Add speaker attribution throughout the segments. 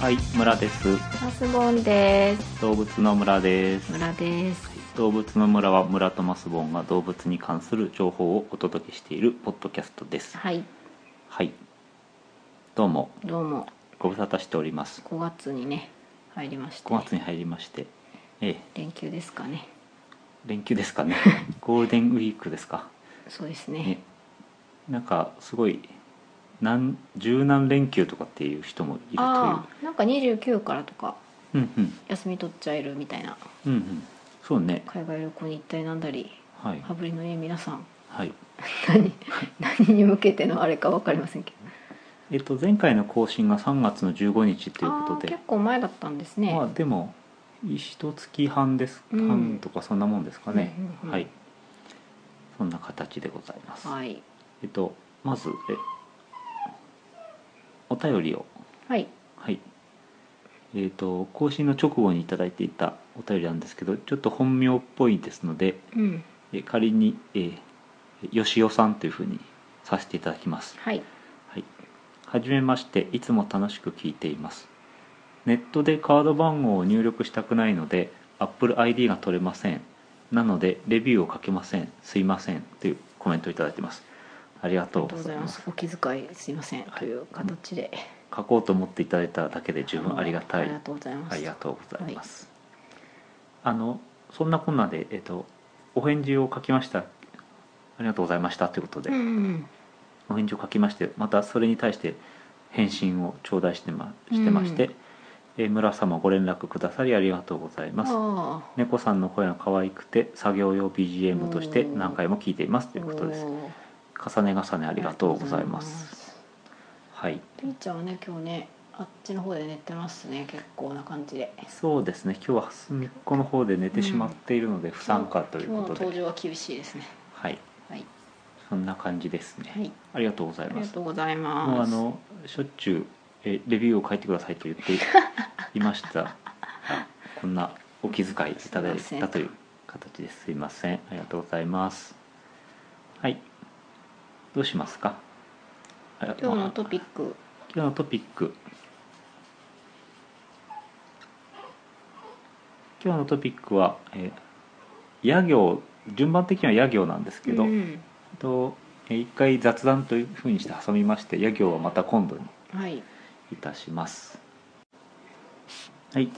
Speaker 1: はい、村です。
Speaker 2: マスボンです。
Speaker 1: 動物の村です。
Speaker 2: 村です。
Speaker 1: 動物の村は村とマスボンが動物に関する情報をお届けしているポッドキャストです。
Speaker 2: はい、
Speaker 1: はい。どうも、
Speaker 2: どうも
Speaker 1: ご無沙汰しております。
Speaker 2: 5月にね入りまして、
Speaker 1: 5月に入りまして、ええ、
Speaker 2: 連休ですかね。
Speaker 1: 連休ですか ね。ゴールデンウィークですか。
Speaker 2: そうです
Speaker 1: ね
Speaker 2: ね。、
Speaker 1: なんかすごい、なん柔軟連休とかっていう人もいるという。
Speaker 2: ああ、なんか29からとか
Speaker 1: うんうん。
Speaker 2: 休み取っちゃえるみたいな
Speaker 1: うんうん。そうね。
Speaker 2: 海外旅行に行ったりなんだり、
Speaker 1: はい。
Speaker 2: 羽振りのいい皆さん
Speaker 1: はい。
Speaker 2: 何何に向けてのあれかわかりませんけど。
Speaker 1: えっと、前回の更新が3月の15日ということ
Speaker 2: あー
Speaker 1: で
Speaker 2: 結、構前だったんですね。
Speaker 1: まあでも一月半です、
Speaker 2: うん
Speaker 1: 半とかそんなもんですかね、
Speaker 2: うんうんうん
Speaker 1: はいそんな形でございます、
Speaker 2: はい
Speaker 1: えっとまずえお便りを
Speaker 2: はい
Speaker 1: はいえっと更新の直後にいただいていたお便りなんですけどちょっと本名っぽいですので
Speaker 2: うん
Speaker 1: え仮に、えー、吉尾さんというふうにさせていただきます
Speaker 2: はい
Speaker 1: はい。はじめまして、いつも楽しく聞いています。ネットでカード番号を入力したくないので、Apple ID が取れません。なので、レビューをかけません。すいません。というコメントをいただいてます。ありが
Speaker 2: あり
Speaker 1: とう
Speaker 2: がとう
Speaker 1: ござ
Speaker 2: ござ
Speaker 1: い
Speaker 2: い
Speaker 1: ま
Speaker 2: ますす。。お気遣いすいません、
Speaker 1: はい
Speaker 2: という形で。
Speaker 1: 書こうと思っていただいただけで十分ありがた
Speaker 2: ありが
Speaker 1: い。
Speaker 2: とうございます。
Speaker 1: ありがとうございます。あの、そんなこんなで、えっと、お返事を書きました。ありがとうございました。ということで
Speaker 2: うん、うん
Speaker 1: お返事を書きましてまたそれに対して返信を頂戴してましてまして、えー村様ご連絡くださりありがとうござい
Speaker 2: うん。
Speaker 1: ます
Speaker 2: ああ。
Speaker 1: 猫さんの声が可愛くて作業用 BGM として何回も聞いていますということです
Speaker 2: おー
Speaker 1: 重ね重ねありがとうございます
Speaker 2: ありがとうございます
Speaker 1: はい
Speaker 2: ピーちゃんはね今日ねあっちの方で寝てますね結構な感じで
Speaker 1: そうですね今日は隅っこの方で寝てしまっているので不参加という
Speaker 2: 今日
Speaker 1: こと
Speaker 2: の
Speaker 1: で、
Speaker 2: 登場は厳しいですね
Speaker 1: はい
Speaker 2: はい、
Speaker 1: そんな感じですね、
Speaker 2: はい、
Speaker 1: ありがとうござい
Speaker 2: あり
Speaker 1: ま
Speaker 2: が
Speaker 1: す
Speaker 2: とうござい
Speaker 1: もう
Speaker 2: ま
Speaker 1: あ
Speaker 2: す
Speaker 1: のしょっちゅうえレビューを書いてくださいと言 っていましたあこんなお気遣いいただい
Speaker 2: すい
Speaker 1: た
Speaker 2: ま
Speaker 1: と
Speaker 2: せん
Speaker 1: いう形ですすいませんありがとうございますはいどうしますかあ
Speaker 2: 今日のト
Speaker 1: まあ
Speaker 2: ピック
Speaker 1: 今日のトピック今日のトピックは、えー、野行順番的には野行なんですけど、
Speaker 2: うん、
Speaker 1: えっとえー一回雑談というふうにして挟みまして野行はまた今度に
Speaker 2: はい
Speaker 1: いたしますはい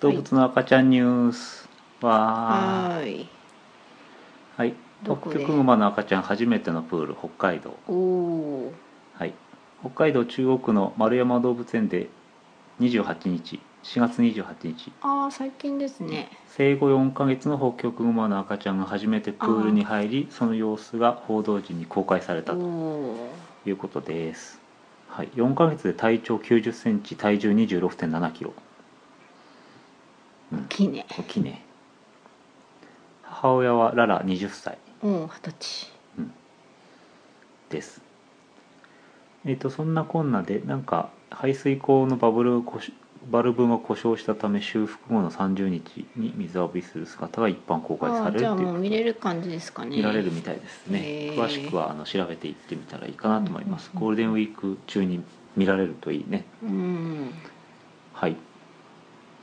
Speaker 1: 動物の赤ちゃんニュースは
Speaker 2: はーい
Speaker 1: はい
Speaker 2: ど
Speaker 1: ホ
Speaker 2: こ
Speaker 1: ッ
Speaker 2: で
Speaker 1: キョクグマの赤ちゃん初めてのプール北海道
Speaker 2: おお
Speaker 1: はい北海道中央区の丸山動物園で28日4月28日
Speaker 2: ああ最近ですね
Speaker 1: 生後4ヶ月のホッキョクグマの赤ちゃんが初めてプールに入りその様子が報道陣に公開され
Speaker 2: お
Speaker 1: たと
Speaker 2: お
Speaker 1: いうことです、はい、4ヶ月で体長9 0センチ体重2 6 7キロ
Speaker 2: 大きいね
Speaker 1: 大きいね母親はララ20歳
Speaker 2: うん二十歳
Speaker 1: ですえっ、とそんなこんなでなんか排水口のバブルを故障バルブが故障したため修復後の30日に水浴びする姿が一般公開
Speaker 2: あ
Speaker 1: さ
Speaker 2: あ
Speaker 1: れる
Speaker 2: じゃあ
Speaker 1: という
Speaker 2: も
Speaker 1: こ
Speaker 2: う
Speaker 1: と
Speaker 2: 見
Speaker 1: で
Speaker 2: れる感じですかね
Speaker 1: 見られるみたいですね、
Speaker 2: へー
Speaker 1: 詳しくはあの調べていってみたらいいかなと思います、
Speaker 2: うん
Speaker 1: ゴールデンウィーク中に見られるといいね
Speaker 2: うん
Speaker 1: はい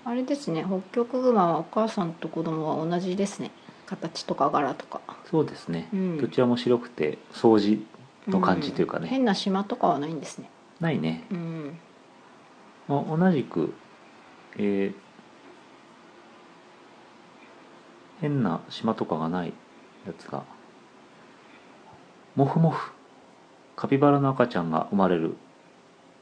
Speaker 2: あれですねホッキョクグマはお母さんと子供は同じですね形とか柄とか
Speaker 1: そうですね、
Speaker 2: うん
Speaker 1: どちらも白くて掃除の感じというか
Speaker 2: ん
Speaker 1: ね、
Speaker 2: 変な島とかはないんですね
Speaker 1: ないね
Speaker 2: うん
Speaker 1: まあ、同じく、えー変な島とかがないやつがモフモフカピバラの赤ちゃんが生まれる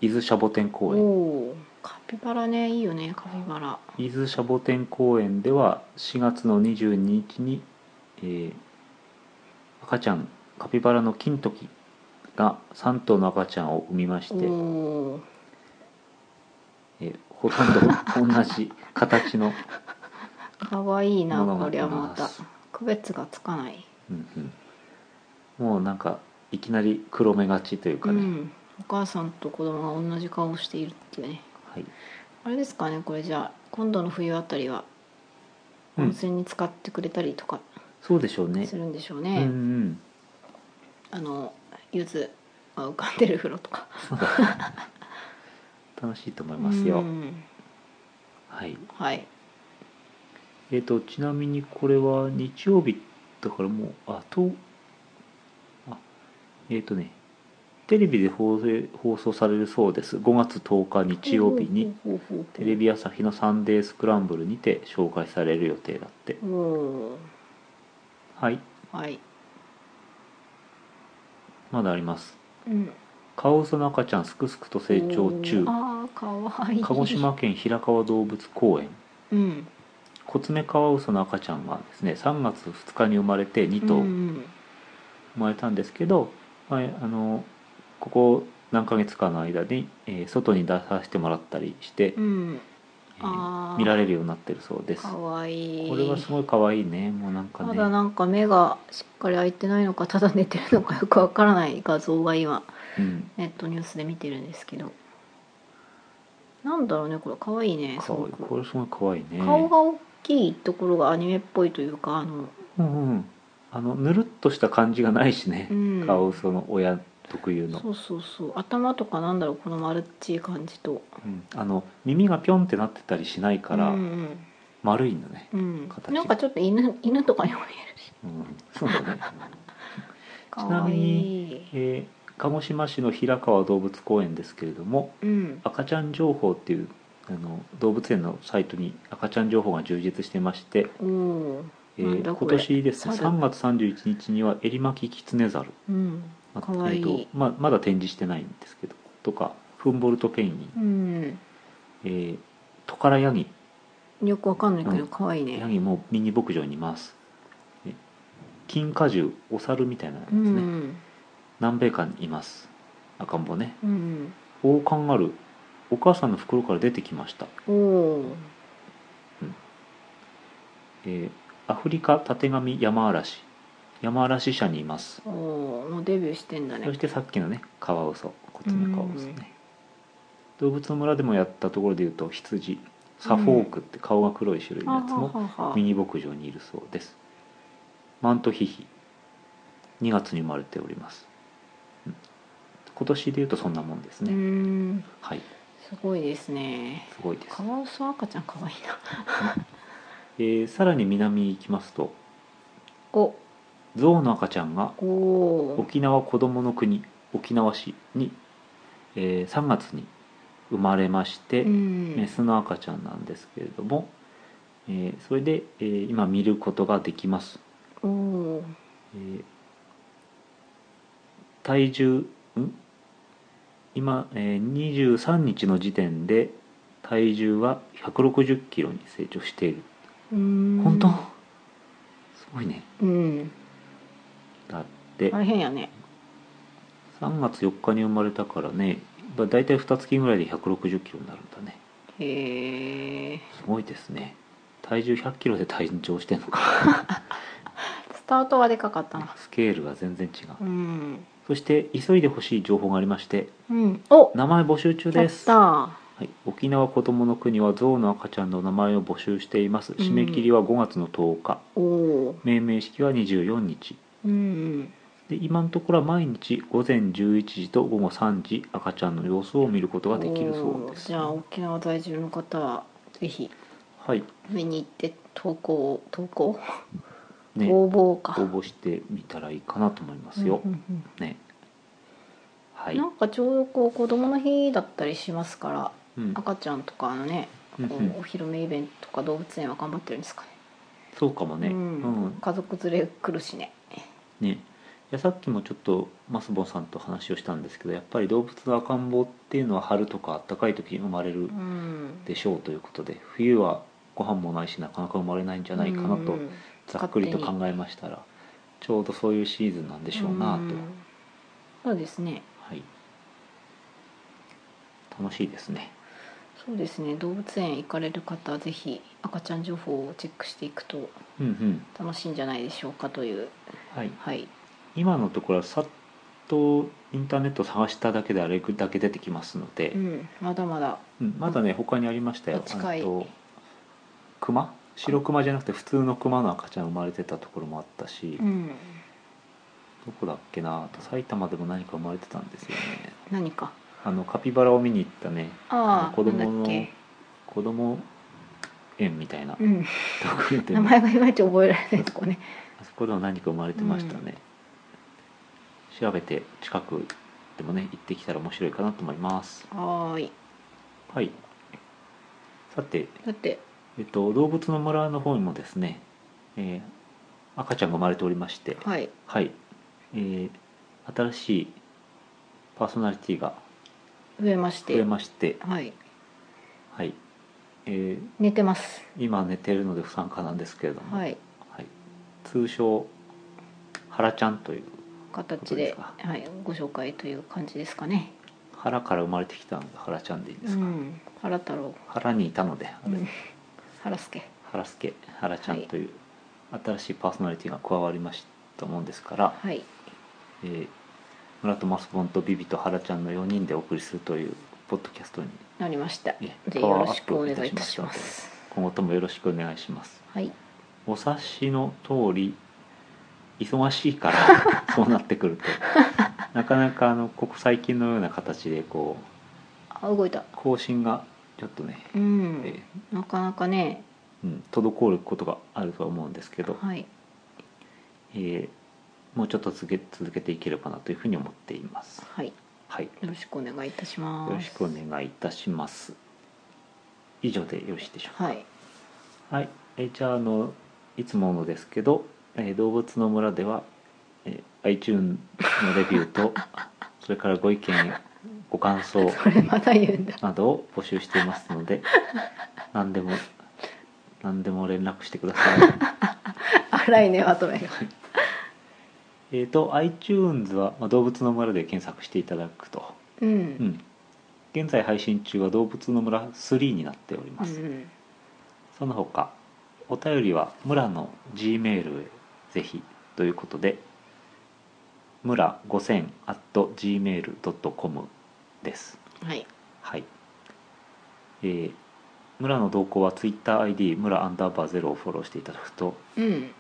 Speaker 1: 伊豆シャボテン
Speaker 2: お
Speaker 1: 公園
Speaker 2: おーカピバラねいいよねカピバラ
Speaker 1: 伊豆シャボテン公園では4月の22日に、えー赤ちゃんカピバラの金時が3頭の赤ちゃんを産みまし
Speaker 2: お
Speaker 1: て、
Speaker 2: おー
Speaker 1: えーほとんど同じ形の
Speaker 2: かわいいな
Speaker 1: ものが
Speaker 2: こりゃま
Speaker 1: あ
Speaker 2: た
Speaker 1: ります
Speaker 2: 区別がつかない、
Speaker 1: うんうん、もうなんかいきなり黒目がちという
Speaker 2: う
Speaker 1: かね、
Speaker 2: ん、お母さんと子供が同じ顔をしているっていうね
Speaker 1: はい、
Speaker 2: あれですかねこれじゃあ今度の冬あたりは
Speaker 1: うん
Speaker 2: 温泉に使ってくれたりとか
Speaker 1: そうでしょうね
Speaker 2: するんでしょう
Speaker 1: うん
Speaker 2: ね、
Speaker 1: うん
Speaker 2: あの柚子が浮かんでる風呂とか
Speaker 1: 楽しいと思いますよ、
Speaker 2: うん
Speaker 1: はい
Speaker 2: はい
Speaker 1: えー、とちなみにこれは日曜日だからもうあとあえっ、とねテレビで放映放送されるそうです5月10日日曜日に
Speaker 2: ほうほうほうほう
Speaker 1: テレビ朝日の「サンデースクランブル」にて紹介される予定だって
Speaker 2: おー
Speaker 1: はい
Speaker 2: はい
Speaker 1: まだあります
Speaker 2: うん
Speaker 1: カワウソの赤ちゃんすくすくと成長中
Speaker 2: ああかわいい
Speaker 1: 鹿児島県平川動物公園
Speaker 2: うん
Speaker 1: コツメカワウソの赤ちゃんがですね3月2日に生まれて2頭、
Speaker 2: うん
Speaker 1: 生まれたんですけど、まあ、あのここ何ヶ月かの間に、えー外に出させてもらったりして、
Speaker 2: うん
Speaker 1: えー
Speaker 2: あー
Speaker 1: 見られるようになってるそうです
Speaker 2: か
Speaker 1: こ
Speaker 2: わいい
Speaker 1: れはすごい可愛いねもうなんか
Speaker 2: ま
Speaker 1: ね
Speaker 2: だなんか目がしっかり開いてないのかただ寝てるのかよくわからない画像が今
Speaker 1: うん、
Speaker 2: ネットニュースで見てるんですけどなんだろうねこれかわいいねす
Speaker 1: か
Speaker 2: ご
Speaker 1: わいい
Speaker 2: く
Speaker 1: これすごい可愛いね
Speaker 2: 顔が大きいところがアニメっぽいというかあの、
Speaker 1: うんうんあのぬるっとした感じがないしね
Speaker 2: う、ん、
Speaker 1: カワウソの親特有の
Speaker 2: そうそうそう頭とかなんだろうこの丸っちい感じと
Speaker 1: うんあの耳がピョンってなってたりしないから、
Speaker 2: うん
Speaker 1: 丸いんだね、
Speaker 2: うんう
Speaker 1: 形
Speaker 2: ん、なんかちょっと犬犬とかにも見えるし
Speaker 1: うん、そうだね
Speaker 2: か
Speaker 1: な
Speaker 2: わ
Speaker 1: み
Speaker 2: い
Speaker 1: に
Speaker 2: い
Speaker 1: えー鹿児島市の平川動物公園ですけれども
Speaker 2: うん
Speaker 1: 赤ちゃん情報っていうあの動物園のサイトに赤ちゃん情報が充実してまして、
Speaker 2: おおー
Speaker 1: えー
Speaker 2: なんだこ
Speaker 1: 今
Speaker 2: れ
Speaker 1: 年ですね
Speaker 2: 猿
Speaker 1: 3月31日にはエリマキキツネザル
Speaker 2: うん
Speaker 1: あ
Speaker 2: かわいい
Speaker 1: えーとままだ展示してないんですけどとかフンボルトペンギン、
Speaker 2: うん
Speaker 1: えートカラヤギ
Speaker 2: よくわかんないけ
Speaker 1: うん
Speaker 2: ど可愛いね
Speaker 1: ヤギもミニ牧場にいますえ金華獣お猿みたいなのです
Speaker 2: う
Speaker 1: ね、
Speaker 2: ん
Speaker 1: 南米館にいます赤ん坊ね
Speaker 2: うん
Speaker 1: オオカンガルーお母さんの袋から出てきました
Speaker 2: おおー
Speaker 1: えーアフリカたてがみヤマアラシヤマアラシ社にいます
Speaker 2: おーもうデビューしてんだ
Speaker 1: そ
Speaker 2: ね
Speaker 1: してさっきのねカワウソコツメカワウソね動物の村でもやったところでいうと羊サフォークって顔が黒い種類のやつも
Speaker 2: ははは
Speaker 1: ミニ牧場にいるそうですマントヒヒ2月に生まれております、うん今年でいうとそんなもんです
Speaker 2: う
Speaker 1: ね、
Speaker 2: ん
Speaker 1: はい
Speaker 2: すごいですね
Speaker 1: すごいです
Speaker 2: カワウソ赤ちゃん可愛いな
Speaker 1: えーさらに南に行きますと
Speaker 2: お
Speaker 1: ゾウの赤ちゃんが
Speaker 2: おお
Speaker 1: 沖縄子どもの国沖縄市に、えー3月に生まれまして、
Speaker 2: うん
Speaker 1: メスの赤ちゃんなんですけれども、えーそれで、えー今見ることができます、
Speaker 2: おお
Speaker 1: えー体重ん今、えー23日の時点で体重は1 6 0キロに成長している
Speaker 2: うん
Speaker 1: 本当すごいね
Speaker 2: うん
Speaker 1: だって、
Speaker 2: 大変やね
Speaker 1: 3月4日に生まれたからねだいたい2月ぐらいで1 6 0キロになるんだね
Speaker 2: へえ
Speaker 1: すごいですね体重1 0 0キロで体長してんのか
Speaker 2: スタートはでかかったな
Speaker 1: スケールが全然違う、
Speaker 2: うん
Speaker 1: そして急いでほしい情報がありまして
Speaker 2: うんお
Speaker 1: 名前募集中
Speaker 2: や
Speaker 1: で
Speaker 2: っ
Speaker 1: す、は
Speaker 2: た
Speaker 1: い、沖縄こどもの国は象の赤ちゃんの名前を募集しています
Speaker 2: ん
Speaker 1: 締め切りは5月の10日、
Speaker 2: おお
Speaker 1: 命名式は24日
Speaker 2: うん
Speaker 1: で今のところは毎日午前11時と午後3時赤ちゃんの様子を見ることができるそうです
Speaker 2: おーじゃあ沖縄在住の方はぜひ
Speaker 1: はい
Speaker 2: 見に行って投稿を投稿
Speaker 1: ね
Speaker 2: 応募か
Speaker 1: 応募してみたらいいかなと思いますよ、
Speaker 2: うんうんうん
Speaker 1: ねはい
Speaker 2: なんかちょうどこう子供の日だったりしますから
Speaker 1: うん
Speaker 2: 赤ちゃんとかのね
Speaker 1: う
Speaker 2: こ
Speaker 1: んうん
Speaker 2: うお披露目イベントとか動物園は頑張ってるんですかね
Speaker 1: そうかもね、う
Speaker 2: うんん家族連れ来るしね
Speaker 1: ねいやさっきもちょっとマスボンさんと話をしたんですけどやっぱり動物の赤ん坊っていうのは春とかあったかい時に生まれる
Speaker 2: うん
Speaker 1: でしょうということで冬はご飯もないしなかなか生まれないんじゃないかなと
Speaker 2: うん
Speaker 1: ざっくりと
Speaker 2: 勝手
Speaker 1: 考
Speaker 2: に
Speaker 1: えましたらちょうどそういうシーズンなんでしょうなと、
Speaker 2: んそうですね
Speaker 1: はい、楽しいですね
Speaker 2: そうですね動物園行かれる方はぜひ赤ちゃん情報をチェックしていくと
Speaker 1: うんうん
Speaker 2: 楽しいんじゃないでしょうかという
Speaker 1: はい
Speaker 2: はい
Speaker 1: 今のところはさっとインターネット探しただけであれだけ出てきますので
Speaker 2: う、んまだまだ
Speaker 1: うんまだね他にありましたよ
Speaker 2: あ近い
Speaker 1: あと熊白熊じゃなくて普通の熊の赤ちゃん生まれてたところもあったし、
Speaker 2: う
Speaker 1: ど
Speaker 2: ん
Speaker 1: こだっけなあと埼玉でも何か生まれてたんですよね
Speaker 2: 何か
Speaker 1: あのカピバラを見に行ったね
Speaker 2: ああ
Speaker 1: 子供の
Speaker 2: なんだっけ
Speaker 1: 子供園みたいな
Speaker 2: うん
Speaker 1: ところで
Speaker 2: 名
Speaker 1: も
Speaker 2: 前がいまいち覚えられないとこね
Speaker 1: あそこでも何か生まれてましたね、調べて近くでもね行ってきたら面白いかなと思います
Speaker 2: はーい
Speaker 1: はいさて、
Speaker 2: だって
Speaker 1: えっと、動物の村の方にもですね、えー赤ちゃんが生まれておりまして
Speaker 2: はい
Speaker 1: はい、えー新しいパーソナリティが
Speaker 2: 増えまして
Speaker 1: 増えまして、
Speaker 2: はい
Speaker 1: はいえー
Speaker 2: 寝てます
Speaker 1: 今寝てるので不参加なんですけれども、
Speaker 2: はい
Speaker 1: はい通称「ハラちゃん」という
Speaker 2: 形
Speaker 1: どうで
Speaker 2: です
Speaker 1: か
Speaker 2: はい、ご紹介という感じですかね
Speaker 1: 腹から生まれてきたのでハラちゃんでいいんで
Speaker 2: う
Speaker 1: すか、
Speaker 2: ん原太郎
Speaker 1: 腹にいたのであれ
Speaker 2: うん原助
Speaker 1: ハラスケハラちゃんという新しいパーソナリティが加わりましたもんですから、
Speaker 2: はい
Speaker 1: えー村とマスボンとビビとハラちゃんの4人でお送りするというポッドキャストに
Speaker 2: なりました
Speaker 1: え
Speaker 2: でよろしくお願いいたしま
Speaker 1: パワーアップいたします今後ともよろしくお願いします
Speaker 2: はい
Speaker 1: お察しの通り忙しいから そうなってくるとなかなかあのここ最近のような形でこう
Speaker 2: あ動いた
Speaker 1: 更新がちょっとね、
Speaker 2: う
Speaker 1: え
Speaker 2: ん、
Speaker 1: ー
Speaker 2: なかなかね
Speaker 1: うん、滞ることがあるとは思うんですけど、
Speaker 2: はい
Speaker 1: えーもうちょっと続け続けていければなというふうに思っています。
Speaker 2: はい
Speaker 1: はい、よ
Speaker 2: よろしくお願いいたします
Speaker 1: ろしくお願いいたします。以上でよろしいでしょうか。
Speaker 2: はい
Speaker 1: はい、えーじゃああのいつものですけど、えー動物の村では、えー iTune のレビューと それからご意見ご感想
Speaker 2: それまだ言うんだ
Speaker 1: などを募集していますので何でも何でも連絡してください。
Speaker 2: 荒いねまとめが
Speaker 1: えー、と iTunes は、まあ、動物の村で検索していただくと、
Speaker 2: うん
Speaker 1: うん、現在配信中は動物の村3になっており
Speaker 2: う
Speaker 1: ます、
Speaker 2: ん
Speaker 1: その他お便りは村の G メールへぜひということで村5000 at gmail.com です
Speaker 2: はい
Speaker 1: はいえー村の動向は TwitterID 村アンダーバー0をフォローしていただくと
Speaker 2: うん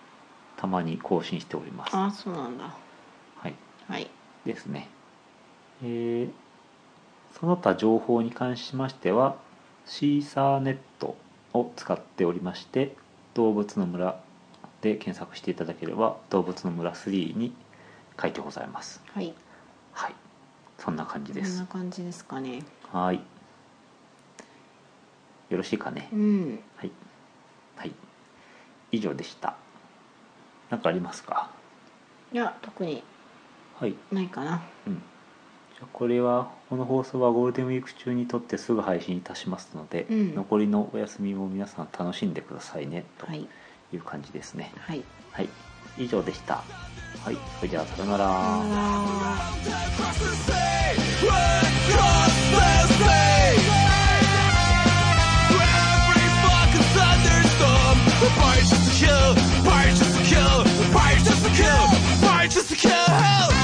Speaker 1: たまに更新しております、は
Speaker 2: あそうなんだ
Speaker 1: い、
Speaker 2: はい
Speaker 1: ですね、えーその他情報に関しましてはシーサーネットを使っておりまして動物の村で検索していただければ動物の村3に書いてございます
Speaker 2: はい
Speaker 1: はいそんな感じ
Speaker 2: こ
Speaker 1: で
Speaker 2: ん
Speaker 1: す
Speaker 2: な感じですかね
Speaker 1: はいよろしいかね
Speaker 2: うん
Speaker 1: はいはい以上でした何かありますか
Speaker 2: いや特に
Speaker 1: はい
Speaker 2: ないかな
Speaker 1: うんじゃあこれはこの放送はゴールデンウィーク中に撮ってすぐ配信いたしますので、
Speaker 2: うん
Speaker 1: 残りのお休みも皆さん楽しんでくださいねと
Speaker 2: はい
Speaker 1: いう感じですね
Speaker 2: はい
Speaker 1: はい以上でしたはいそれではさようなら、
Speaker 2: さよなら
Speaker 3: Across the sea, across the sea. Every fucking thunderstorm, the fire's just to kill, fire's just to kill, the fire's just to kill, fire's just to kill.